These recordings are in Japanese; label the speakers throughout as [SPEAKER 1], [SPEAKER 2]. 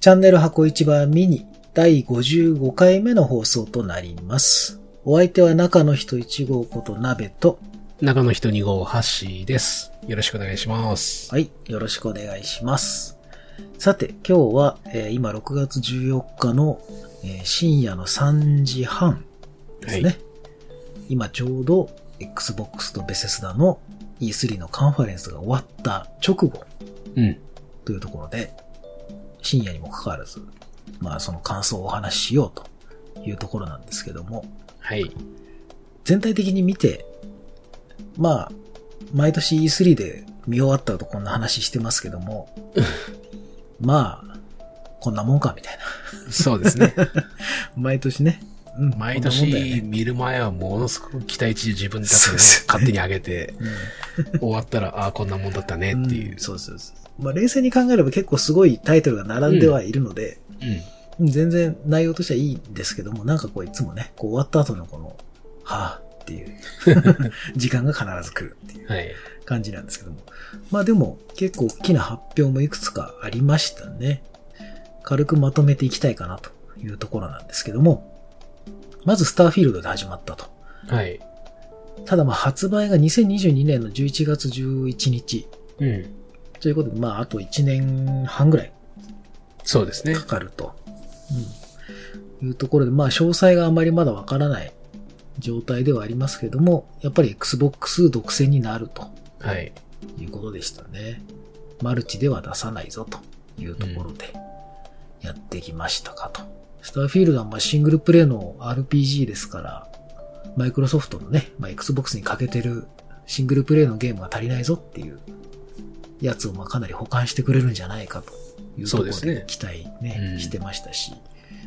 [SPEAKER 1] チャンネル箱市場ミニ第55回目の放送となります。お相手は中の人1号こと鍋と、
[SPEAKER 2] 中の人2号ハッシーです。よろしくお願いします。
[SPEAKER 1] はい、よろしくお願いします。さて、今日は、えー今6月14日の、えー深夜の3時半ですね。
[SPEAKER 2] は
[SPEAKER 1] 今ちょうど Xbox とベセスダの E3 のカンファレンスが終わった直後
[SPEAKER 2] うん。
[SPEAKER 1] というところで、深夜にもかかわらず、まあその感想をお話ししようというところなんですけども、
[SPEAKER 2] はい。
[SPEAKER 1] 全体的に見て、まあ、毎年 E3 で見終わった後こんな話してますけども、 まあ、こんなもんかみたいな。
[SPEAKER 2] そうです ね。
[SPEAKER 1] 毎年ね。うんこ
[SPEAKER 2] 毎
[SPEAKER 1] んなもんだよ
[SPEAKER 2] 年
[SPEAKER 1] ね
[SPEAKER 2] 見る前はものすごく期待値自分たち
[SPEAKER 1] そう
[SPEAKER 2] で
[SPEAKER 1] です
[SPEAKER 2] 勝手に上げて、
[SPEAKER 1] うん
[SPEAKER 2] 終わったら、ああー、こんなもんだったねっていう
[SPEAKER 1] うん。そうそうそう。まあ冷静に考えれば結構すごいタイトルが並んではいるので、
[SPEAKER 2] うん。
[SPEAKER 1] うん全然内容としてはいいんですけども、なんかこういつもね、こう終わった後のこの、はぁっていう 時間が必ず来るっていう
[SPEAKER 2] はい。
[SPEAKER 1] 感じなんですけども。まあでも結構大きな発表もいくつかありましたね。軽くまとめていきたいかなというところなんですけども、まずスターフィールドで始まったと。
[SPEAKER 2] はい。
[SPEAKER 1] ただまあ発売が2022年の11月11日
[SPEAKER 2] うん。
[SPEAKER 1] ということで、まああと1年半ぐらい
[SPEAKER 2] そうですね
[SPEAKER 1] か。かると、うん、いうところで、まあ詳細があまりまだわからない状態ではありますけども、やっぱり Xbox 独占になると
[SPEAKER 2] はい。
[SPEAKER 1] いうことでしたね。マルチでは出さないぞというところでやってきましたかと。スターフィールドはまあシングルプレイの RPG ですから、マイクロソフトのね、まあ、Xbox に欠けてるシングルプレイのゲームが足りないぞっていうやつをまあかなり保管してくれるんじゃないかというところ
[SPEAKER 2] そうです
[SPEAKER 1] で
[SPEAKER 2] ね
[SPEAKER 1] 期待ね、
[SPEAKER 2] うん
[SPEAKER 1] してましたし、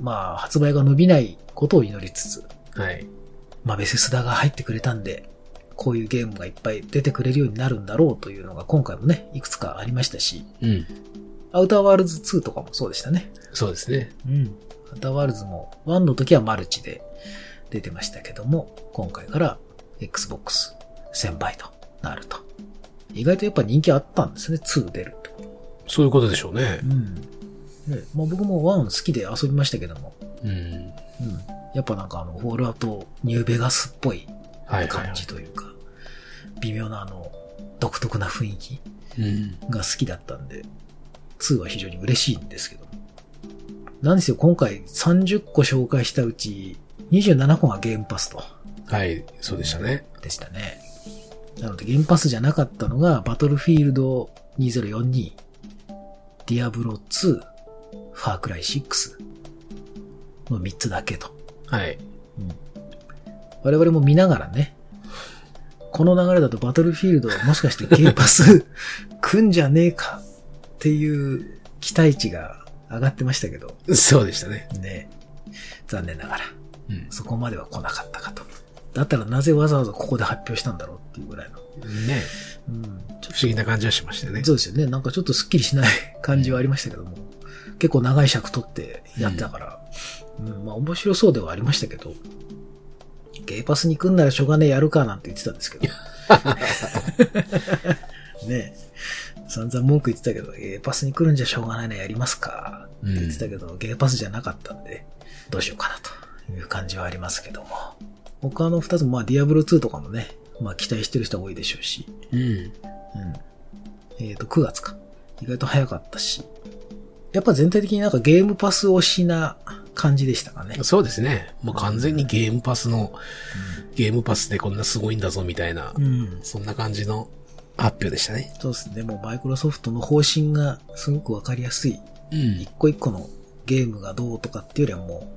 [SPEAKER 1] まあ発売が伸びないことを祈りつつ、
[SPEAKER 2] はい。
[SPEAKER 1] まあ、ベセスダが入ってくれたんで、こういうゲームがいっぱい出てくれるようになるんだろうというのが今回もね、いくつかありましたし、
[SPEAKER 2] うん。
[SPEAKER 1] アウターワールズ2とかもそうでしたね。
[SPEAKER 2] そうですね。
[SPEAKER 1] うん。アウターワールズも1の時はマルチで出てましたけども、今回から Xbox 1000倍となると。意外とやっぱ人気あったんですね、2出ると。
[SPEAKER 2] そういうことでしょうね
[SPEAKER 1] う。ん。ね、まあ僕も1好きで遊びましたけども、
[SPEAKER 2] うん。
[SPEAKER 1] うん。やっぱなんかあの、フォールアウトニューベガスっぽい
[SPEAKER 2] はい。はい
[SPEAKER 1] 感じというか、微妙なあの、独特な雰囲気
[SPEAKER 2] うん。
[SPEAKER 1] が好きだったんで、2は非常に嬉しいんですけども。なんですよ、今回30個紹介したうち、27個がゲームパスと、
[SPEAKER 2] はい。そうでしたね。
[SPEAKER 1] でしたね。なので、ゲームパスじゃなかったのが、バトルフィールド2042、ディアブロ2、ファークライ6の3つだけと。
[SPEAKER 2] はい。
[SPEAKER 1] 我々も見ながらね、この流れだとバトルフィールドはもしかしてゲーパス 来んじゃねえかっていう期待値が上がってましたけど、
[SPEAKER 2] そうでしたね。
[SPEAKER 1] ね、残念ながら
[SPEAKER 2] うん。
[SPEAKER 1] そこまでは来なかったかと。だったらなぜわざわざここで発表したんだろうっていうぐらいの。
[SPEAKER 2] ね。
[SPEAKER 1] うん、ちょっと
[SPEAKER 2] 不思議な感じはしましたね。
[SPEAKER 1] そうですよね。なんかちょっとスッキリしない感じはありましたけども、結構長い尺取ってやってたから、うんまあ面白そうではありましたけど、ゲーパスに来んならしょうがねえやるかなんて言ってたんです けど。ねえ。散々文句言ってたけど、ゲーパスに来るんじゃしょうがないな、やりますか。
[SPEAKER 2] うん
[SPEAKER 1] って言ってたけど、ゲーパスじゃなかったんで、どうしようかなという感じはありますけども。他の二つも、まあ、ディアブロ2とかもね、まあ、期待してる人は多いでしょうし、
[SPEAKER 2] うん。
[SPEAKER 1] うん。えっ、と、9月か。意外と早かったし。やっぱ全体的になんかゲームパス推しな感じでしたかね。
[SPEAKER 2] そうですね。もう完全にゲームパスの、ゲームパスでこんなすごいんだぞみたいな、
[SPEAKER 1] うん。
[SPEAKER 2] そんな感じの発表でしたね。
[SPEAKER 1] そうですね。もうマイクロソフトの方針がすごくわかりやすい。
[SPEAKER 2] うん
[SPEAKER 1] 一。個一個のゲームがどうとかっていうよりはも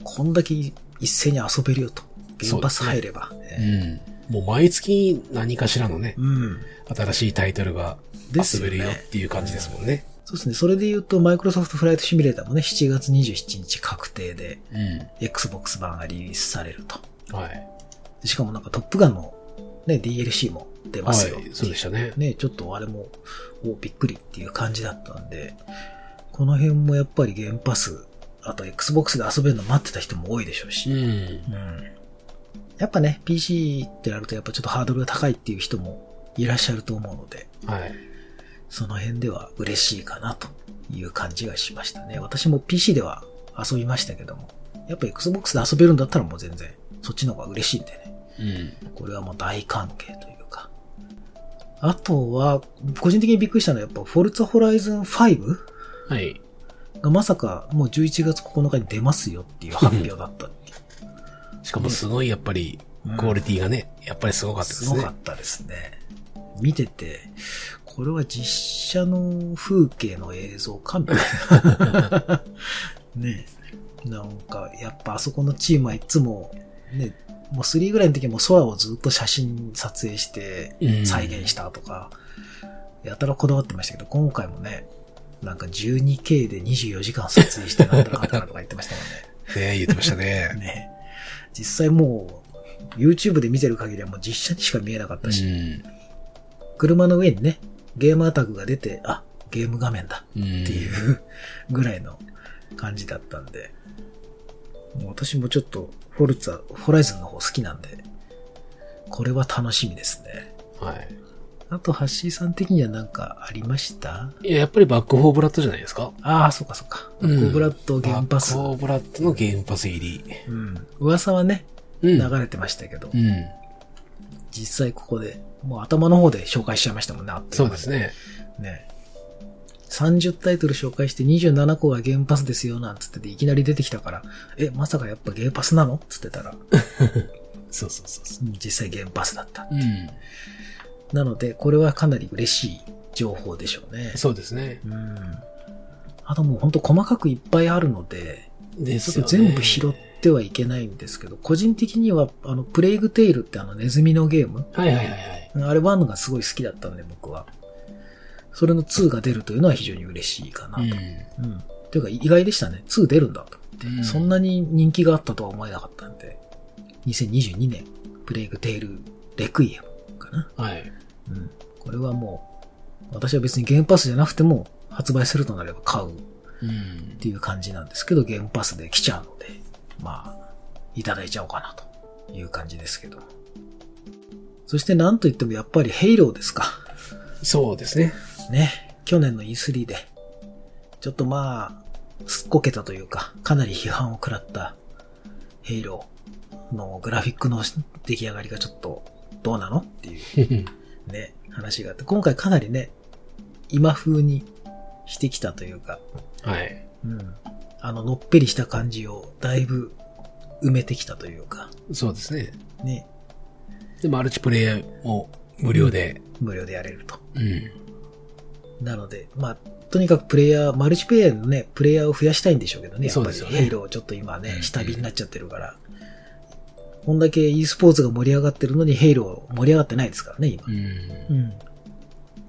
[SPEAKER 1] う、こんだけ一斉に遊べるよと。ゲームパス入れば。
[SPEAKER 2] う
[SPEAKER 1] ええ
[SPEAKER 2] ん。もう毎月何かしらのね、
[SPEAKER 1] うん。
[SPEAKER 2] 新しいタイトルが
[SPEAKER 1] です
[SPEAKER 2] 遊
[SPEAKER 1] よ
[SPEAKER 2] べるよ
[SPEAKER 1] ね
[SPEAKER 2] っ。ていう感じですもんね。
[SPEAKER 1] そうですね。それで言うと、マイクロソフトフライトシミュレーターもね、7月27日確定で、
[SPEAKER 2] う
[SPEAKER 1] Xbox 版がリリースされると。
[SPEAKER 2] ん。はい。
[SPEAKER 1] しかもなんかトップガンの、ね、DLC も出ま
[SPEAKER 2] は
[SPEAKER 1] すよ。
[SPEAKER 2] い。そうでしたね。
[SPEAKER 1] ね、ちょっとあれも、おびっくりっていう感じだったんで、この辺もやっぱりゲームパス、あと Xbox で遊べるの待ってた人も多いでしょう
[SPEAKER 2] う
[SPEAKER 1] し、
[SPEAKER 2] ん。
[SPEAKER 1] うん。やっぱね、PC ってなるとやっぱちょっとハードルが高いっていう人もいらっしゃると思うので、
[SPEAKER 2] はい。
[SPEAKER 1] その辺では嬉しいかなという感じがしましたね。私も PC では遊びましたけども、やっぱ Xbox で遊べるんだったらもう全然、そっちの方が嬉しいんでね。
[SPEAKER 2] うん。
[SPEAKER 1] これはもう大関係というか。あとは、個人的にびっくりしたのはやっぱ、フォルツァホライズン5
[SPEAKER 2] はい。
[SPEAKER 1] がまさかもう11月9日に出ますよっていう発表だった。
[SPEAKER 2] しかもすごいやっぱり、クオリティがね、やっぱりすごかったですす
[SPEAKER 1] ご
[SPEAKER 2] ね
[SPEAKER 1] か。ったですね。見てて、これは実写の風景の映像かみたい な。ねえなんか、やっぱあそこのチームはいつも、ね、もう3ぐらいの時はもう空をずっと写真撮影して
[SPEAKER 2] うん
[SPEAKER 1] 再現したとか、やたらこだわってましたけど、今回もね、なんか 12K で24時間撮影してなんとかかんとかとか言ってましたもんね。
[SPEAKER 2] ね言ってましたね。
[SPEAKER 1] ね、実際もう、YouTube で見てる限りはもう実写にしか見えなかっ
[SPEAKER 2] う
[SPEAKER 1] たし、
[SPEAKER 2] ん。
[SPEAKER 1] 車の上にね、ゲーマータグが出て、あ、ゲーム画面だ
[SPEAKER 2] うん
[SPEAKER 1] っていう ぐらいの感じだったんで、もう私もちょっと、フォルツァ、ホライズンの方好きなんで、これは楽しみですね。
[SPEAKER 2] はい。
[SPEAKER 1] あと、ハッシーさん的には何かありました
[SPEAKER 2] いや、やっぱりバックフォーブラッドじゃないですか。
[SPEAKER 1] ああ、そうかそうか。
[SPEAKER 2] うん
[SPEAKER 1] ゴブラッド原発。
[SPEAKER 2] バックフォーブラッドのゲームパス入り。
[SPEAKER 1] うん。噂はね、
[SPEAKER 2] うん。
[SPEAKER 1] 流れてましたけど、
[SPEAKER 2] うん。
[SPEAKER 1] 実際ここで、もう頭の方で紹介しちゃいましたもんね、あっとい
[SPEAKER 2] そうう
[SPEAKER 1] 間
[SPEAKER 2] で
[SPEAKER 1] に
[SPEAKER 2] すね。
[SPEAKER 1] ね。30タイトル紹介して27個がゲームパスですよなんつってていきなり出てきたから、え、まさかやっぱゲームパスなのつってたら、
[SPEAKER 2] そうそうそうそ
[SPEAKER 1] うん実際ゲームパスだった。
[SPEAKER 2] う。うん。
[SPEAKER 1] なので、これはかなり嬉しい情報でしょうね。
[SPEAKER 2] そうですね。
[SPEAKER 1] うん。あともうほんと細かくいっぱいあるので、
[SPEAKER 2] で
[SPEAKER 1] ち
[SPEAKER 2] す
[SPEAKER 1] ょ
[SPEAKER 2] よ
[SPEAKER 1] っ
[SPEAKER 2] ね
[SPEAKER 1] と全部拾ってはいけないんですけど、個人的には、あの、プレイグテイルってあのネズミのゲーム
[SPEAKER 2] はいはいはいはい。
[SPEAKER 1] あれ1がすごい好きだったんで僕は。それの2が出るというのは非常に嬉しいかなと。うん。というか意外でしたね。2出るんだと。
[SPEAKER 2] うん
[SPEAKER 1] そんなに人気があったとは思えなかったんで。2022年、プレイグテイルレクイエムかな。
[SPEAKER 2] はい。
[SPEAKER 1] うん。これはもう、私は別にゲームパスじゃなくても発売するとなれば買うっ
[SPEAKER 2] うん。
[SPEAKER 1] ていう感じなんですけど、ゲームパスで来ちゃうので、まあ、いただいちゃおうかなという感じですけど。そしてなんといってもやっぱりヘイローですか。
[SPEAKER 2] そうですね。
[SPEAKER 1] ね、去年の E3 で、ちょっとまあ、すっこけたというか、かなり批判を食らった、ヘイローのグラフィックの出来上がりがちょっと、どうなのっていうね、話があって、今回かなりね、今風にしてきたというか、
[SPEAKER 2] はい。
[SPEAKER 1] うん、あの、のっぺりした感じをだいぶ埋めてきたというか、
[SPEAKER 2] そうですね。
[SPEAKER 1] ね、
[SPEAKER 2] で、マルチプレイも無料で。
[SPEAKER 1] 無料でやれると。
[SPEAKER 2] うん。
[SPEAKER 1] なので、まあ、とにかくプレイヤー、マルチプレイヤーのね、プレイヤーを増やしたいんでしょうけどね、やっぱ
[SPEAKER 2] そう
[SPEAKER 1] り
[SPEAKER 2] ですよね
[SPEAKER 1] ヘイローちょっと今
[SPEAKER 2] うんう
[SPEAKER 1] ね、
[SPEAKER 2] ん
[SPEAKER 1] 下火になっちゃってるから。こんだけ e スポーツが盛り上がってるのに、ヘイロー盛り上がってないですからね、今
[SPEAKER 2] う。。
[SPEAKER 1] うんん。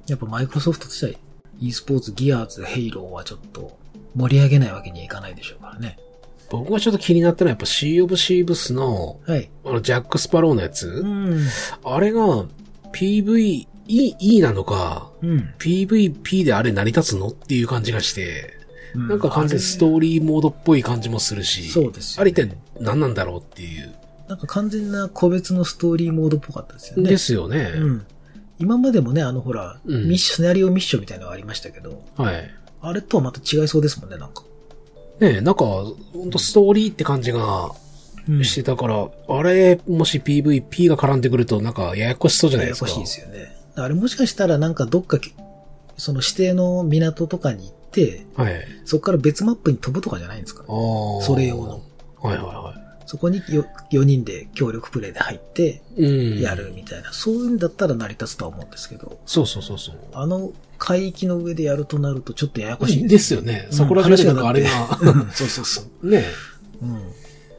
[SPEAKER 1] やっぱマイクロソフトとしては、e スポーツ、ギアーズ、ヘイローはちょっと盛り上げないわけにはいかないでしょうからね。
[SPEAKER 2] 僕がちょっと気になったのはやっぱシー・オブ・シーブスの、
[SPEAKER 1] はい。
[SPEAKER 2] あの、ジャック・スパローのやつ。
[SPEAKER 1] ん。
[SPEAKER 2] あれが PVE E なのか、
[SPEAKER 1] うん。
[SPEAKER 2] PVP であれ成り立つのっていう感じがして、なんか完全にスト
[SPEAKER 1] ー
[SPEAKER 2] ーリーモードっぽい感じもするし、
[SPEAKER 1] そうですよ
[SPEAKER 2] あれ
[SPEAKER 1] ね
[SPEAKER 2] 一体何なんだろうっていう。
[SPEAKER 1] なんか完全な個別のストーリーモードっぽかったですよね。
[SPEAKER 2] ですよね。
[SPEAKER 1] うん。今までもね、あのほら、
[SPEAKER 2] うん
[SPEAKER 1] ミッション、シナリオミッションみたいなのがありましたけど、
[SPEAKER 2] はい。
[SPEAKER 1] あれとはまた違いそうですもんね、なんか。
[SPEAKER 2] ねえなんか、ほんとストーリーって感じがしてたから、あれ、もし PVP が絡んでくるとなんかややこしそうじゃな
[SPEAKER 1] や
[SPEAKER 2] いで
[SPEAKER 1] や
[SPEAKER 2] すか。
[SPEAKER 1] こしいですよね。あれもしかしたらなんかどっかき、その指定の港とかに行って、
[SPEAKER 2] はい。
[SPEAKER 1] そこから別マップに飛ぶとかじゃないんですかね、
[SPEAKER 2] あー
[SPEAKER 1] それ用の。。
[SPEAKER 2] はいはいは
[SPEAKER 1] そこに 4, 4人で協力プレイで入って
[SPEAKER 2] い。うん。
[SPEAKER 1] やる。みたいな、そういうんだったら成り立つとは思うんですけど、
[SPEAKER 2] そうそうそうそう。
[SPEAKER 1] あの海域の上でやるとなるとちょっとややこしい
[SPEAKER 2] ですすよね。
[SPEAKER 1] うん
[SPEAKER 2] そこら辺でなんかあれ
[SPEAKER 1] 話
[SPEAKER 2] が、
[SPEAKER 1] よね。うんそうそうそう。
[SPEAKER 2] ね
[SPEAKER 1] うん。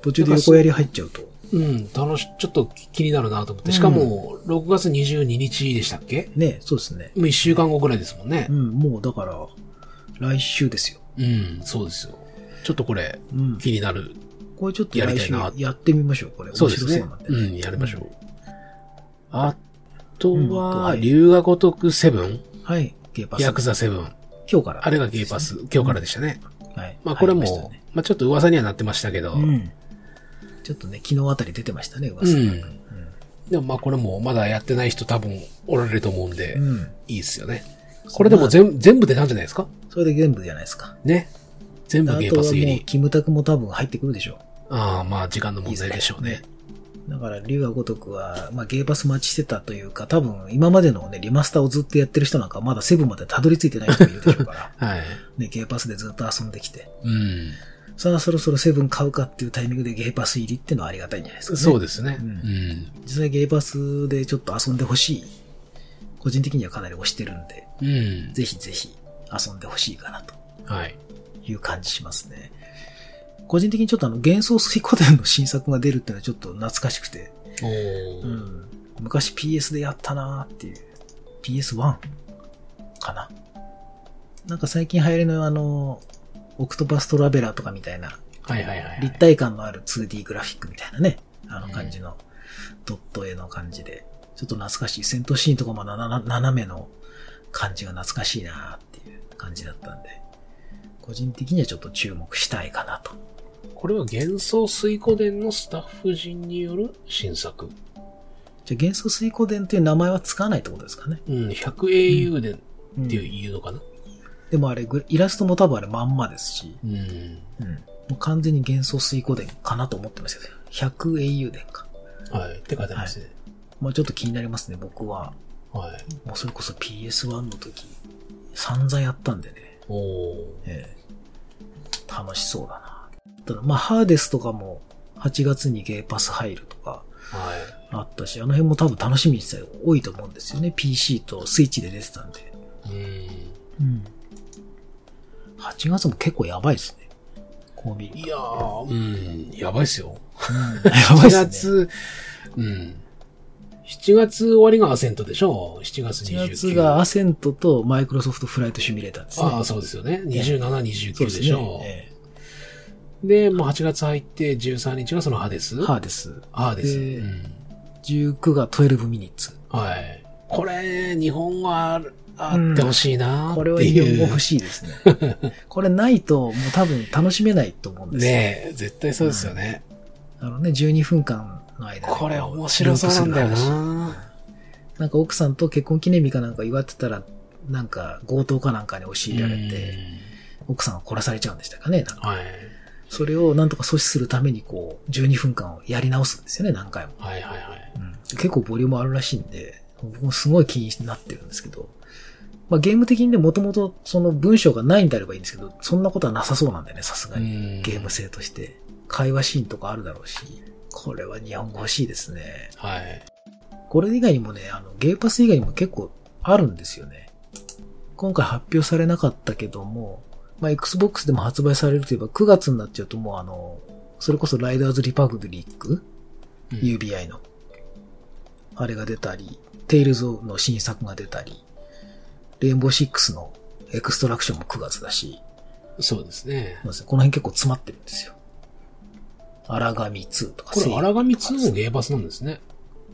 [SPEAKER 1] 途中で横やり入っちゃうと。
[SPEAKER 2] うん、楽し、ちょっと気になるなと思って。しかも、6月22日でしたっけ
[SPEAKER 1] ね、そうですね。
[SPEAKER 2] もう1週間後ぐらいですもんね
[SPEAKER 1] う。ん、もうだから、来週ですよ。
[SPEAKER 2] うん、そうですよ。ちょっとこれ、
[SPEAKER 1] うん。
[SPEAKER 2] 気になる。
[SPEAKER 1] これちょっと来週
[SPEAKER 2] やりたいな
[SPEAKER 1] やってみましょう、これ。
[SPEAKER 2] そうですね
[SPEAKER 1] 面白そう。
[SPEAKER 2] う
[SPEAKER 1] なんで。
[SPEAKER 2] ん、やりましょう。あと
[SPEAKER 1] うんあとは
[SPEAKER 2] は、龍が如くセブン、
[SPEAKER 1] はい。ゲーパス。
[SPEAKER 2] ヤクザセブン。
[SPEAKER 1] 今日から。
[SPEAKER 2] あれがゲーパス。今日からでしたね。
[SPEAKER 1] はい。
[SPEAKER 2] まあこれ
[SPEAKER 1] 入りました
[SPEAKER 2] も
[SPEAKER 1] ね、
[SPEAKER 2] まあちょっと噂にはなってましたけど、
[SPEAKER 1] うん。ちょっとね、昨日あたり出てましたね、
[SPEAKER 2] う
[SPEAKER 1] 噂。
[SPEAKER 2] ん。でもまあこれもまだやってない人多分おられると思うんで
[SPEAKER 1] う、ん。
[SPEAKER 2] いいっすよね。これでも全全部出たんじゃないですか
[SPEAKER 1] それで全部じゃないですか。
[SPEAKER 2] ね。全部
[SPEAKER 1] あ
[SPEAKER 2] ゲー
[SPEAKER 1] と
[SPEAKER 2] パ
[SPEAKER 1] はも
[SPEAKER 2] ス入
[SPEAKER 1] う、
[SPEAKER 2] り。
[SPEAKER 1] キムタクも多分入ってくるでしょ
[SPEAKER 2] ああ、まあ時間の問題でしょうね。
[SPEAKER 1] う。だから、竜が如くは、まあ、ゲーパス待ちしてたというか、多分、今までのね、リマスターをずっとやってる人なんか、まだセブンまでたどり着いてない人もいるでしょうから、
[SPEAKER 2] はい。
[SPEAKER 1] ね、ゲーパスでずっと遊んできて、
[SPEAKER 2] うん。
[SPEAKER 1] さあ、そろそろセブン買うかっていうタイミングでゲーパス入りってのはありがたいんじゃないですか、ね。
[SPEAKER 2] そうですね。
[SPEAKER 1] う
[SPEAKER 2] うんん。
[SPEAKER 1] 実際ゲーパスでちょっと遊んでほしい。個人的にはかなり推してるんで、
[SPEAKER 2] うん。
[SPEAKER 1] ぜひぜひ遊んでほしいかなと
[SPEAKER 2] はい。
[SPEAKER 1] いう感じしますね。個人的にちょっとあの幻想水古典の新作が出るっていうのはちょっと懐かしくて、
[SPEAKER 2] おー
[SPEAKER 1] うん、昔 PS でやったなーっていう。PS1 かな。なんか最近流行りのあの、オクトパストラベラーとかみたいな
[SPEAKER 2] はいはいはい。
[SPEAKER 1] 立体感のある 2D グラフィックみたいなね、あの感じのドット絵の感じで、ちょっと懐かしい。戦闘シーンとかもなな斜めの感じが懐かしいなっていう感じだったんで、個人的にはちょっと注目したいかなと。
[SPEAKER 2] これは幻想水湖伝のスタッフ陣による新作。
[SPEAKER 1] じゃあ幻想水光伝という名前は使わないってことですかね。
[SPEAKER 2] うん、100英雄伝
[SPEAKER 1] うん
[SPEAKER 2] っていうのかな。
[SPEAKER 1] でもあれ、グイラストも多分あれまんまですし、
[SPEAKER 2] うん。
[SPEAKER 1] うん、もう完全に幻想水光伝かなと思ってますけど、100英雄伝か。
[SPEAKER 2] はい。って書いてますね。
[SPEAKER 1] まあちょっと気になりますね、僕は。
[SPEAKER 2] はい。
[SPEAKER 1] もうそれこそ PS1 の時、散々やったんでね。
[SPEAKER 2] おお
[SPEAKER 1] ええ楽しそうだな。ただまあ、ハーデスとかも8月にゲーパス入るとか
[SPEAKER 2] ー
[SPEAKER 1] あ
[SPEAKER 2] は
[SPEAKER 1] ったし、あの辺も多分楽しみにしてた人多いと思うんですよね。PC とスイッチで出てたんで。
[SPEAKER 2] い。うん。
[SPEAKER 1] うん。8月も結構やばいですね。こう見ると。
[SPEAKER 2] いやー、うん、やばいっすよ。
[SPEAKER 1] やばい
[SPEAKER 2] 7
[SPEAKER 1] ですね。
[SPEAKER 2] 月、うん。7月終わりがアセントでしょ ?7 月
[SPEAKER 1] 8
[SPEAKER 2] 29
[SPEAKER 1] 月がアセントとマイクロソフトフライトシミュレーターですね。
[SPEAKER 2] ああ、そうですよね。27、
[SPEAKER 1] そう
[SPEAKER 2] 29
[SPEAKER 1] です
[SPEAKER 2] で
[SPEAKER 1] ね。
[SPEAKER 2] しょ。
[SPEAKER 1] え
[SPEAKER 2] で、まあ、8月入って13日がそのハです
[SPEAKER 1] えハーデス。
[SPEAKER 2] ハです、
[SPEAKER 1] で
[SPEAKER 2] うん。
[SPEAKER 1] 19が12ミニッツ。
[SPEAKER 2] はい。これ、日本はあるあってほしいなっていう。
[SPEAKER 1] これは日本語欲しいです ね。これないと、もう多分楽しめないと思うんですよ。
[SPEAKER 2] ねえ、絶対そうですよね。
[SPEAKER 1] あのね、12分間の間で
[SPEAKER 2] これ面白そうなんだよ
[SPEAKER 1] ループする話
[SPEAKER 2] な。
[SPEAKER 1] なんか奥さんと結婚記念日かなんか祝ってたら、なんか強盗かなんかに押し入れられ
[SPEAKER 2] う
[SPEAKER 1] て、
[SPEAKER 2] ん
[SPEAKER 1] 奥さんが殺されちゃうんでしたかね。なんか
[SPEAKER 2] はい。
[SPEAKER 1] それをなんとか阻止するためにこう、12分間をやり直すんですよね、何回も。
[SPEAKER 2] はいはいはい。
[SPEAKER 1] うん結構ボリュームあるらしいんで、僕もすごい気になってるんですけど、まあゲーム的にね、もともとその文章がないんであればいいんですけど、そんなことはなさそうなんだよね、さすがに。
[SPEAKER 2] うん
[SPEAKER 1] ゲーム。性として。会話シーンとかあるだろうし、これは日本語欲しいですね。
[SPEAKER 2] はい。
[SPEAKER 1] これ以外にもね、あの、ゲーパス以外にも結構あるんですよね。今回発表されなかったけども、まあ、Xbox でも発売されるといえば、9月になっちゃうともうあの、それこそライダーズリパブリック、
[SPEAKER 2] うん
[SPEAKER 1] UBI の。あれが出たり、テイルズの新作が出たり、レインボーシックスのエクストラクションも9月だし、
[SPEAKER 2] そうですね。
[SPEAKER 1] そうですねこの辺結構詰まってるんですよ。荒神2とか
[SPEAKER 2] これ、荒神2も
[SPEAKER 1] ゲ
[SPEAKER 2] ゲーバスなんですね。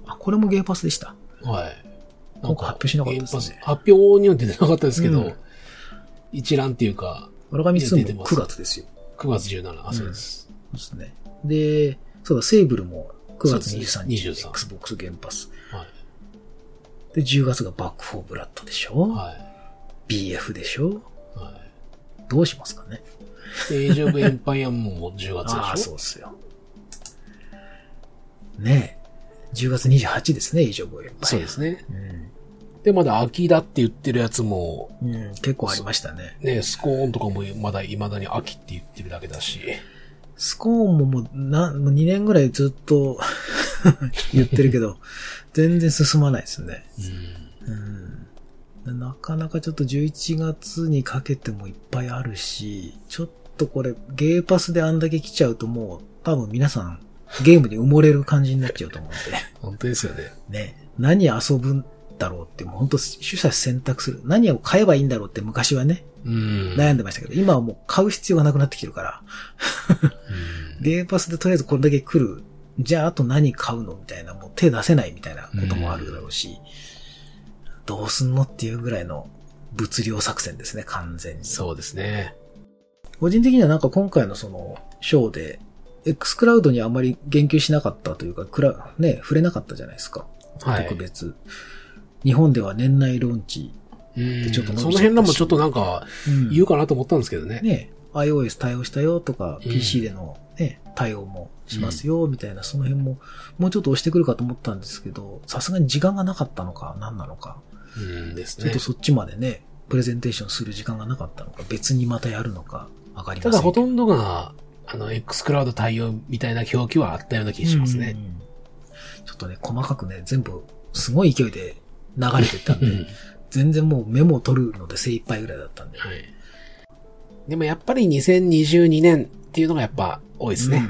[SPEAKER 1] あ、これもゲーパスでした。
[SPEAKER 2] はい。
[SPEAKER 1] なんか発表しなかったですね
[SPEAKER 2] 原発発表には出てなかったですけど、
[SPEAKER 1] うん
[SPEAKER 2] 一覧っていうか、
[SPEAKER 1] 荒神
[SPEAKER 2] いや出
[SPEAKER 1] 2
[SPEAKER 2] て
[SPEAKER 1] も
[SPEAKER 2] ます
[SPEAKER 1] 9月ですよ。
[SPEAKER 2] 9月17、あ、そうです。
[SPEAKER 1] そうですね。で、そうだ、セイブルも9月23日、
[SPEAKER 2] そうですね
[SPEAKER 1] Xbox ゲームパス。
[SPEAKER 2] はい。
[SPEAKER 1] で、10月がバックフォーブラッドでしょ、
[SPEAKER 2] は
[SPEAKER 1] ?BF でしょ
[SPEAKER 2] い。は
[SPEAKER 1] どうしますかね
[SPEAKER 2] い。で、エイジオブエンパイアも10月でしょ
[SPEAKER 1] ああ、そうっすよ。ねえ。10月28ですね、以上ボエンパイア
[SPEAKER 2] そうですね。
[SPEAKER 1] うん。
[SPEAKER 2] で、まだ秋だって言ってるやつも、
[SPEAKER 1] うん、結構ありましたね。
[SPEAKER 2] ね、スコーンとかもまだ未だに秋って言ってるだけだし。
[SPEAKER 1] スコーンももう、な、もう2年ぐらいずっと 言ってるけど、全然進まないですね。
[SPEAKER 2] うん。
[SPEAKER 1] うん。なかなかちょっと11月にかけてもいっぱいあるし、ちょっとこれ、ゲーパスであんだけ来ちゃうともう、多分皆さん、ゲームに埋もれる感じになっちゃうと思うんで、
[SPEAKER 2] 本当ですよね。
[SPEAKER 1] ね。何遊ぶんだろうって、もう本当主催選択する。何を買えばいいんだろうって昔はね、
[SPEAKER 2] うん。
[SPEAKER 1] 悩んでましたけど、今はもう買う必要がなくなってきてるから。
[SPEAKER 2] うん
[SPEAKER 1] ゲーパスでとりあえずこれだけ来る。じゃああと何買うのみたいな、もう手出せないみたいなこともあるだろうし、どうすんのっていうぐらいの物量作戦ですね、完全に。
[SPEAKER 2] そうですね。
[SPEAKER 1] 個人的にはなんか今回のその、ショーで、X クラウドにあまり言及しなかったというか、クラ、ね、触れなかったじゃないですか。
[SPEAKER 2] はい
[SPEAKER 1] 特別。日本では年内ローンチ、
[SPEAKER 2] うん。
[SPEAKER 1] ちょっと伸びちゃったし
[SPEAKER 2] その辺らもちょっとなんか、
[SPEAKER 1] うん
[SPEAKER 2] 言うかなと思ったんですけどね。
[SPEAKER 1] ね、iOS 対応したよとか、
[SPEAKER 2] うん
[SPEAKER 1] PC での、ね、対応もしますよ、みたいな、その辺も、もうちょっと押してくるかと思ったんですけど、さすがに時間がなかったのか、何なのか、
[SPEAKER 2] うんです
[SPEAKER 1] ちょっ
[SPEAKER 2] ね
[SPEAKER 1] と。そっちまでね、プレゼンテーションする時間がなかったのか、別にまたやるのか、わかりませ
[SPEAKER 2] た
[SPEAKER 1] んけど。
[SPEAKER 2] だほとんどが、あの、X クラウド対応みたいな表記はあったような気がしますね
[SPEAKER 1] う。んちょっとね、細かくね、全部、すごい勢いで流れてったん
[SPEAKER 2] う
[SPEAKER 1] で、
[SPEAKER 2] ん。
[SPEAKER 1] 全然もうメモを取るので精一杯ぐらいだったんで。
[SPEAKER 2] はい。でもやっぱり2022年っていうのがやっぱ多いですね。
[SPEAKER 1] うん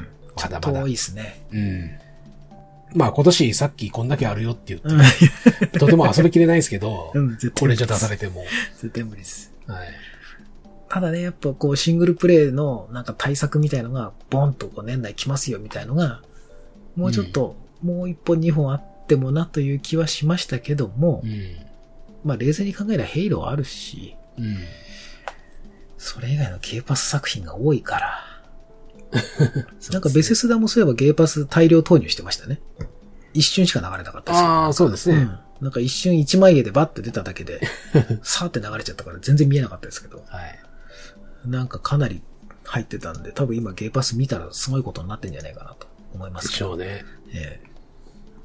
[SPEAKER 1] ち
[SPEAKER 2] まだ
[SPEAKER 1] ょ
[SPEAKER 2] ま
[SPEAKER 1] っと
[SPEAKER 2] だ
[SPEAKER 1] 多い。ですね。
[SPEAKER 2] うん。まあ今年さっきこんだけあるよって言って、
[SPEAKER 1] うん
[SPEAKER 2] とても遊びきれないですけ ど、
[SPEAKER 1] うん、絶対
[SPEAKER 2] こ
[SPEAKER 1] 無
[SPEAKER 2] れ
[SPEAKER 1] 理
[SPEAKER 2] じゃ
[SPEAKER 1] で
[SPEAKER 2] 出さ
[SPEAKER 1] す。
[SPEAKER 2] れても。
[SPEAKER 1] 絶対無理です。
[SPEAKER 2] はい。
[SPEAKER 1] ただね、やっぱこうシングルプレイのなんか対策みたいのが、ボンとこう年内来ますよみたいのが、もうちょっと、もう一本二本あってもなという気はしましたけども、
[SPEAKER 2] う
[SPEAKER 1] まあ冷静に考えればヘイローあるし、
[SPEAKER 2] ん。うん。
[SPEAKER 1] それ以外のゲーパス作品が多いから、
[SPEAKER 2] そうですね
[SPEAKER 1] なんかベセスダもそういえばゲーパス大量投入してましたね。一瞬しか流れなかったですよ
[SPEAKER 2] ああ、そうですね。
[SPEAKER 1] うん。なんか一瞬一枚絵でバッて出ただけ で、さーって流れちゃったから全然見えなかったですけど、
[SPEAKER 2] はい。
[SPEAKER 1] なんかかなり入ってたんで、多分今ゲーパス見たらすごいことになってんじゃないかなと思いま
[SPEAKER 2] です
[SPEAKER 1] け
[SPEAKER 2] し
[SPEAKER 1] ど。
[SPEAKER 2] ょうね。
[SPEAKER 1] ええ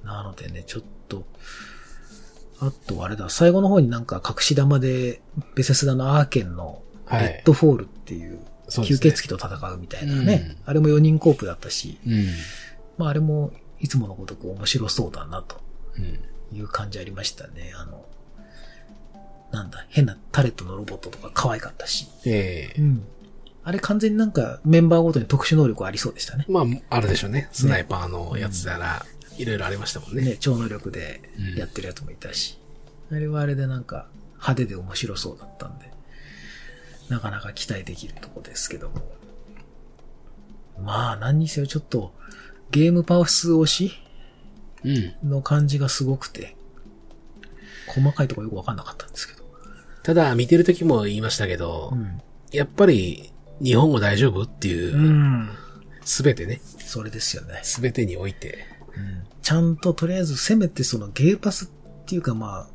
[SPEAKER 1] なのでね、ちょっと、あとあれだ、最後の方になんか隠し玉でベセスダのアーケンのレ
[SPEAKER 2] は
[SPEAKER 1] ッ
[SPEAKER 2] い。
[SPEAKER 1] ドフォールっていう
[SPEAKER 2] そうで
[SPEAKER 1] 吸
[SPEAKER 2] すね
[SPEAKER 1] 血鬼と戦うみたいなね、
[SPEAKER 2] うん
[SPEAKER 1] あれも4人コープだったし、
[SPEAKER 2] うん。
[SPEAKER 1] まああれもいつものごとく面白そうだなと
[SPEAKER 2] うん。
[SPEAKER 1] いう感じありましたね。あの、なんだ、変なタレットのロボットとか可愛かったし。
[SPEAKER 2] ええ
[SPEAKER 1] ん。あれ完全になんかメンバーごとに特殊能力ありそうでしたね。
[SPEAKER 2] まあ、あるでしょうね。スナイパーのやつなら、いろいろありましたもんね。
[SPEAKER 1] ね、超能力で
[SPEAKER 2] うん
[SPEAKER 1] やってるやつもいたし。あれはあれでなんか派手で面白そうだったんで、なかなか期待できるとこですけども。まあ何にせよちょっとゲームパウス推し
[SPEAKER 2] うん。
[SPEAKER 1] の感じがすごくて、細かいとこよくわかんなかったんですけど。
[SPEAKER 2] ただ、見てる時も言いましたけど、
[SPEAKER 1] うん。
[SPEAKER 2] やっぱり、日本語大丈夫っていう、
[SPEAKER 1] ん。
[SPEAKER 2] すべてね、
[SPEAKER 1] それですよね。
[SPEAKER 2] すべてにおいて。
[SPEAKER 1] ちゃんととりあえずせめてそのゲーパスっていうかま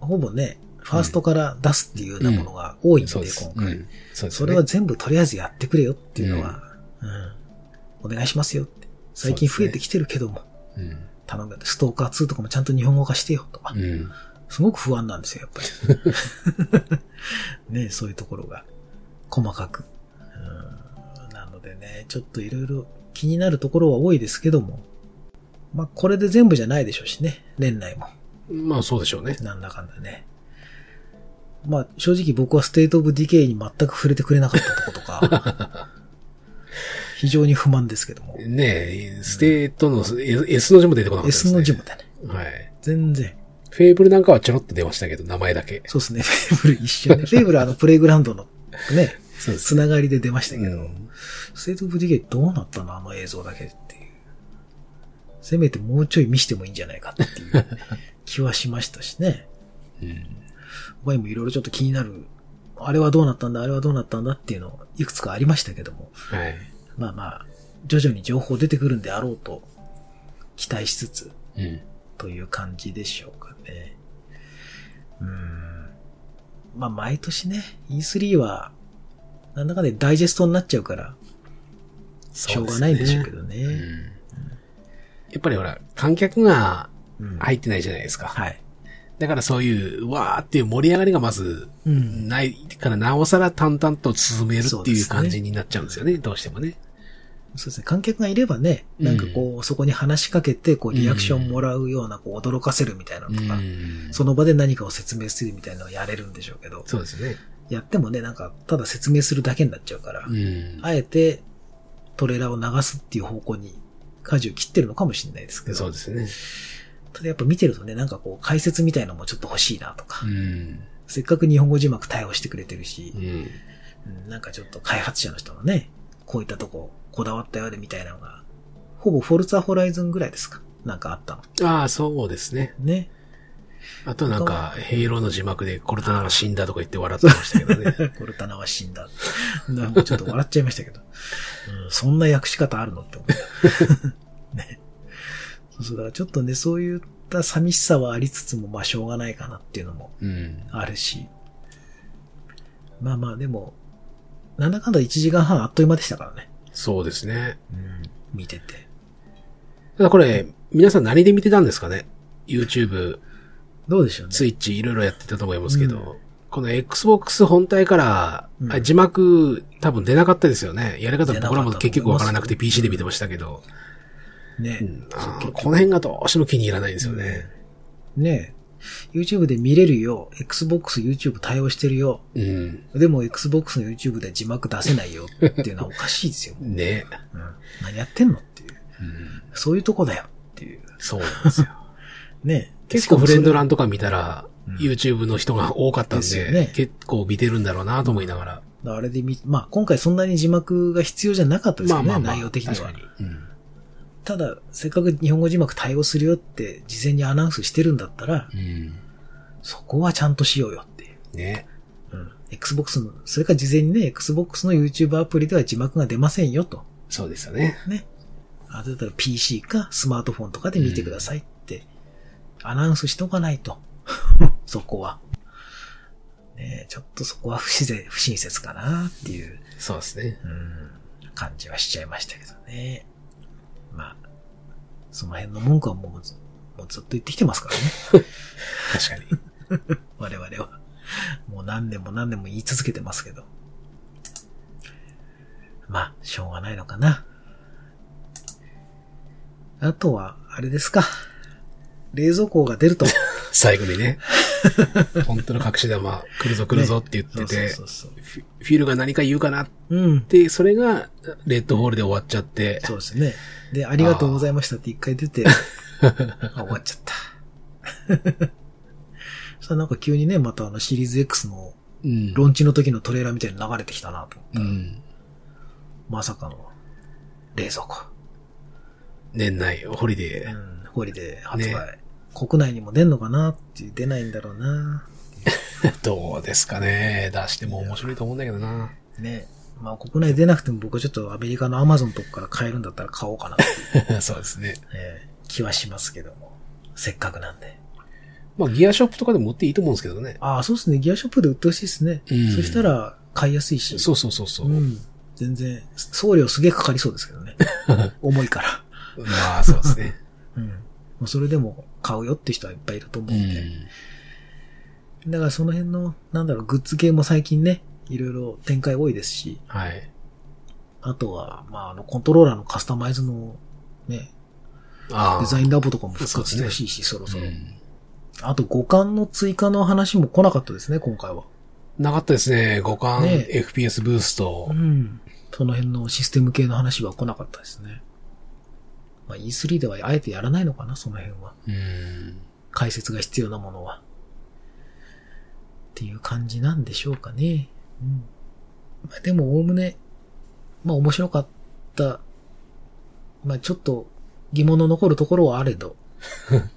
[SPEAKER 1] あ、ほぼね、ファーストから出すっていうようなものが多いんで、
[SPEAKER 2] そうです。
[SPEAKER 1] 今
[SPEAKER 2] う
[SPEAKER 1] 回、
[SPEAKER 2] ん。そうです、ね。
[SPEAKER 1] それは全部とりあえずやってくれよっていうのは、うんお願いしますよって。最近増えてきてるけども、
[SPEAKER 2] うん。
[SPEAKER 1] 頼むよってストーカー2とかもちゃんと日本語化してよとか、
[SPEAKER 2] うん。
[SPEAKER 1] すごく不安なんですよ、やっぱり。 ねそういうところが、細かく。うんなのでね、ちょっといろいろ気になるところは多いですけども、まあ、これで全部じゃないでしょうしね、年内も。
[SPEAKER 2] まあ、そうでしょうね。
[SPEAKER 1] なんだかんだね。まあ、正直僕はステートオブディケイに全く触れてくれなかったとことか、 非常に不満ですけども。
[SPEAKER 2] ねえ、ステートの S の字も出てこなかったです、
[SPEAKER 1] S
[SPEAKER 2] ね。
[SPEAKER 1] の字もだね。
[SPEAKER 2] はい。
[SPEAKER 1] 全然。
[SPEAKER 2] フェイブルなんかはちょろっと出ましたけど、名前だけ。
[SPEAKER 1] そうですね、 フェーブル一緒 ね。フェーブルはあの、プレイグラウンドのね、
[SPEAKER 2] そうで
[SPEAKER 1] つ。ながりで出ましたけ
[SPEAKER 2] う
[SPEAKER 1] ど、
[SPEAKER 2] ん。
[SPEAKER 1] ステートオブディゲイどうなったのあの映像だけっていう。せめてもうちょい見してもいいんじゃないかって いう気はしましたしね。
[SPEAKER 2] うん
[SPEAKER 1] 他にもいろいろちょっと気になる、あれはどうなったんだ、あれはどうなったんだっていうの、いくつかありましたけども、
[SPEAKER 2] はい。
[SPEAKER 1] まあまあ、徐々に情報出てくるんであろうと期待しつつ
[SPEAKER 2] うん。
[SPEAKER 1] という感じでしょうかね。うーん。まあ毎年ね、E3 は、なんだかでダイジェストになっちゃうから、しょうがないんでしょうけど
[SPEAKER 2] う
[SPEAKER 1] ね。
[SPEAKER 2] ん。やっぱりほら、観客が
[SPEAKER 1] うん
[SPEAKER 2] 入ってないじゃないですか。
[SPEAKER 1] はい。
[SPEAKER 2] だからそういう、うわーっていう盛り上がりがまず、
[SPEAKER 1] うん。
[SPEAKER 2] ないから、なおさら淡々と進める
[SPEAKER 1] そう
[SPEAKER 2] って
[SPEAKER 1] で
[SPEAKER 2] いう
[SPEAKER 1] すね
[SPEAKER 2] 感じになっちゃうんですよね、どうしてもね。
[SPEAKER 1] そうですね。観客がいればね、なんかこう、そこに話しかけて、こう、リアクションもらうような、こう、驚かせるみたいなのとか、
[SPEAKER 2] ん
[SPEAKER 1] その場で何かを説明するみたいなのをやれるんでしょうけど、
[SPEAKER 2] そうですね。
[SPEAKER 1] やってもね、なんか、ただ説明するだけになっちゃうから、
[SPEAKER 2] うん。
[SPEAKER 1] あえて、トレーラーを流すっていう方向に、舵を切ってるのかもしれないですけ
[SPEAKER 2] そ
[SPEAKER 1] ど
[SPEAKER 2] う、ですね。
[SPEAKER 1] ただやっぱ見てるとね、なんかこう、解説みたいのもちょっと欲しいなとか、
[SPEAKER 2] うん。
[SPEAKER 1] せっかく日本語字幕対応してくれてるし
[SPEAKER 2] う、ん。
[SPEAKER 1] うんなんかちょっと開発者の人のね、こういったとこ、こだわったよでみたいなのが、ほぼフォルツァホライズンぐらいですかなんかあったの。
[SPEAKER 2] ああ、そうですね。
[SPEAKER 1] ね。
[SPEAKER 2] あとなんか、ヘイローの字幕でコルタナが死んだとか言って笑ってましたけどね。
[SPEAKER 1] コルタナは死んだ。なんかちょっと笑っちゃいましたけど。うんそんな訳し方あるのって思う。 ね。そうそう、だからちょっとね、そういった寂しさはありつつも、まあしょうがないかなっていうのも
[SPEAKER 2] うん。
[SPEAKER 1] あるし、まあまあ、でも、なんだかんだ1時間半あっという間でしたからね。
[SPEAKER 2] そうですね。
[SPEAKER 1] うん。見てて。
[SPEAKER 2] ただこれ、皆さん何で見てたんですかね ?YouTube、
[SPEAKER 1] どうでしょうね。
[SPEAKER 2] Twitch いろいろやってたと思いますけど、
[SPEAKER 1] うん
[SPEAKER 2] この Xbox 本体から、
[SPEAKER 1] うん
[SPEAKER 2] あ字幕多分出なかったですよね。やり方僕らも結局わからなく
[SPEAKER 1] 出
[SPEAKER 2] て
[SPEAKER 1] なかったと思います
[SPEAKER 2] PC で見てましたけど、
[SPEAKER 1] ね。
[SPEAKER 2] うんあ
[SPEAKER 1] そう
[SPEAKER 2] ー
[SPEAKER 1] 結局
[SPEAKER 2] この辺がどうしても気に入らないんですよね。
[SPEAKER 1] ねえ YouTube で見れるよ。Xbox、YouTube 対応してるよ。
[SPEAKER 2] うん。
[SPEAKER 1] でも Xbox の YouTube で字幕出せないよっていうのはおかしいで すよ。
[SPEAKER 2] ね、
[SPEAKER 1] うん、何やってんのっていう。
[SPEAKER 2] うん。
[SPEAKER 1] そういうとこだよっていう。
[SPEAKER 2] そうな んですよ。
[SPEAKER 1] ねえ
[SPEAKER 2] 結構フレンド
[SPEAKER 1] ン。
[SPEAKER 2] 欄とか見た
[SPEAKER 1] う
[SPEAKER 2] ら、
[SPEAKER 1] ん
[SPEAKER 2] YouTube の人が多かったん
[SPEAKER 1] です
[SPEAKER 2] で、
[SPEAKER 1] よね
[SPEAKER 2] 結構見てるんだろうなと思いながら。
[SPEAKER 1] あれで見、まあ今回そんなに字幕が必要じゃなかったですよね、内容的には
[SPEAKER 2] 確。かにうん
[SPEAKER 1] ただ、せっかく日本語字幕対応するよって事前にアナウンスしてるんだったら、
[SPEAKER 2] うん。
[SPEAKER 1] そこはちゃんとしようよっていう。
[SPEAKER 2] ね。
[SPEAKER 1] うん。Xbox の、それから事前にね、Xbox の YouTube アプリでは字幕が出ませんよと。
[SPEAKER 2] そうですよね。
[SPEAKER 1] ね。あ、だったら PC かスマートフォンとかで見てくださいって、アナウンスしとかないと。 そこは。ねえちょっとそこは不自然、不親切かなっていう、
[SPEAKER 2] そうですね。
[SPEAKER 1] うん、感じはしちゃいましたけどね。まあ、その辺の文句はもうず、もうずっと言ってきてますからね。
[SPEAKER 2] 確かに。
[SPEAKER 1] 我々は。もう何年も何年も言い続けてますけど。まあ、しょうがないのかな。あとは、あれですか。冷蔵庫が出ると。
[SPEAKER 2] 最後にね。 本当の隠し玉、来るぞ来るぞって言ってて、
[SPEAKER 1] そうそうそう
[SPEAKER 2] フィフィルが何か言うかなっ
[SPEAKER 1] そう。うん。
[SPEAKER 2] て、それが、レッドホールで終わっちゃって、
[SPEAKER 1] そうですね。で、ありがとうございましたって一回出て、あ終わっちゃった。 さあなんか急にね、またあのシリーズ X の
[SPEAKER 2] うん
[SPEAKER 1] ローンチの時のトレーラーみたいに流れてきたなと思った
[SPEAKER 2] う
[SPEAKER 1] ら、
[SPEAKER 2] ん。
[SPEAKER 1] まさかの冷蔵庫。
[SPEAKER 2] 年内、ホリデー。
[SPEAKER 1] うん、ホリデー発売。
[SPEAKER 2] ね
[SPEAKER 1] 国内にも出んのかなっていう、出ないんだろうな。
[SPEAKER 2] どうですかね。出しても面白いと思うんだけどな。
[SPEAKER 1] ね。まあ国内出なくても僕はちょっとアメリカのアマゾンとかから買えるんだったら買おうかな っていう、
[SPEAKER 2] そうですね。
[SPEAKER 1] ええ気はしますけども。せっかくなんで。
[SPEAKER 2] まあ、ギアショップとかでも売っていいと思うんですけどね。
[SPEAKER 1] ああ、そうですね。ギアショップで売ってほしいですね。
[SPEAKER 2] うん
[SPEAKER 1] そしたら買いやすいし。
[SPEAKER 2] そうそうそうそう。
[SPEAKER 1] うん。全然、送料すげえかかりそうですけ どね。重いから。
[SPEAKER 2] まあ、そうですね。
[SPEAKER 1] うん。もうそれでも買うよって人はいっぱいいると思うんで。だからその辺の、なんだろう、グッズ系も最近ね、いろいろ展開多いですし。
[SPEAKER 2] はい。
[SPEAKER 1] あとは、まあ、あの、コントローラーのカスタマイズの、ね、
[SPEAKER 2] あ
[SPEAKER 1] デザインラボとかも復
[SPEAKER 2] そう
[SPEAKER 1] 活
[SPEAKER 2] で
[SPEAKER 1] し
[SPEAKER 2] す
[SPEAKER 1] て
[SPEAKER 2] ね
[SPEAKER 1] ほしいし、そろそろ。
[SPEAKER 2] うん
[SPEAKER 1] あと、五感の追加の話も来なかったですね、今回は。
[SPEAKER 2] なかったですね。五感、
[SPEAKER 1] ね
[SPEAKER 2] FPS ブースト
[SPEAKER 1] う。ん。その辺のシステム系の話は来なかったですね。まあ、E3 ではあえてやらないのかな、その辺は。
[SPEAKER 2] うん。
[SPEAKER 1] 解説が必要なものは。っていう感じなんでしょうかね。うん。まあ、でも、おおむね、まあ、面白かった。まあ、ちょっと疑問の残るところはあれ ど。うん。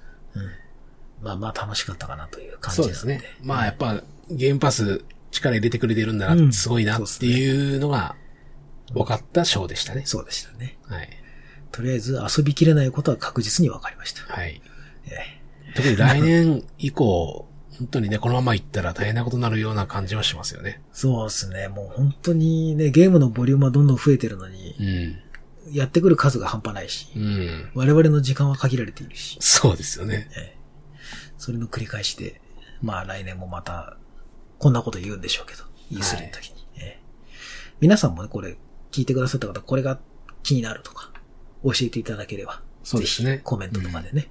[SPEAKER 1] まあまあ、楽しかったかなという感じ
[SPEAKER 2] そう
[SPEAKER 1] なん
[SPEAKER 2] で
[SPEAKER 1] で。
[SPEAKER 2] すね。まあ、やっぱ、ゲームパス力入れてくれてるんだ
[SPEAKER 1] う
[SPEAKER 2] な、
[SPEAKER 1] ん
[SPEAKER 2] すごいなっていうのが、分かったショーでしたね。
[SPEAKER 1] そうでしたね。
[SPEAKER 2] はい。
[SPEAKER 1] とりあえず、遊びきれないことは確実に分かりました。
[SPEAKER 2] はい。
[SPEAKER 1] え
[SPEAKER 2] 特に来年以降、本当にね、このまま行ったら大変なことになるような感じはしますよね
[SPEAKER 1] え。そうですね。もう本当にね、ゲームのボリュームはどんどん増えてるのに、
[SPEAKER 2] うん。
[SPEAKER 1] やってくる数が半端ないし、
[SPEAKER 2] うん。
[SPEAKER 1] 我々の時間は限られているし。
[SPEAKER 2] そうですよね。
[SPEAKER 1] それの繰り返しで、まあ来年もまた、こんなこと言うんでしょうけど、E3 の時に。ええ皆さんもね、これ、聞いてくださった方、これが気になるとか、教えていただければ、
[SPEAKER 2] そうですね
[SPEAKER 1] ぜひコメントとかでね、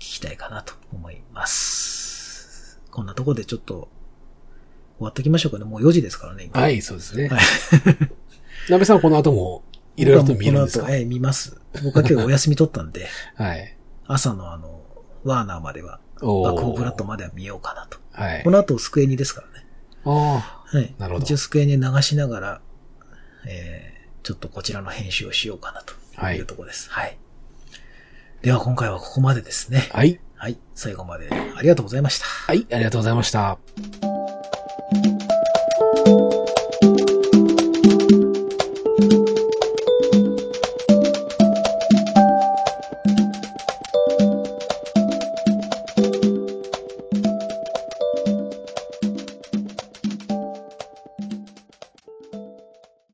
[SPEAKER 1] 聞きたいかなと思います。こんなとこでちょっと、終わっときましょうかね。もう4時ですからね、今。
[SPEAKER 2] はい、そうですね。
[SPEAKER 1] は
[SPEAKER 2] はいい。なべさんはこの後も、いろいろと見るんです
[SPEAKER 1] 僕はもうこの
[SPEAKER 2] か
[SPEAKER 1] 後ええ、見ます。僕は今日お休み取ったんで、
[SPEAKER 2] はい。
[SPEAKER 1] 朝のあの、ワーナーまでは、
[SPEAKER 2] お
[SPEAKER 1] バックホーブラッドまでは見ようかなと。
[SPEAKER 2] はい。
[SPEAKER 1] この後、スクエニですからね。
[SPEAKER 2] あ
[SPEAKER 1] はい。
[SPEAKER 2] なるほど
[SPEAKER 1] 一応机に流しながら、えー、ちょっとこちらの編集をしようかなと
[SPEAKER 2] はいいう
[SPEAKER 1] ところです。はい。では今回はここまでですね。
[SPEAKER 2] あ。はい。
[SPEAKER 1] はい。最後までありがとうございました。
[SPEAKER 2] はい、ありがとうございました。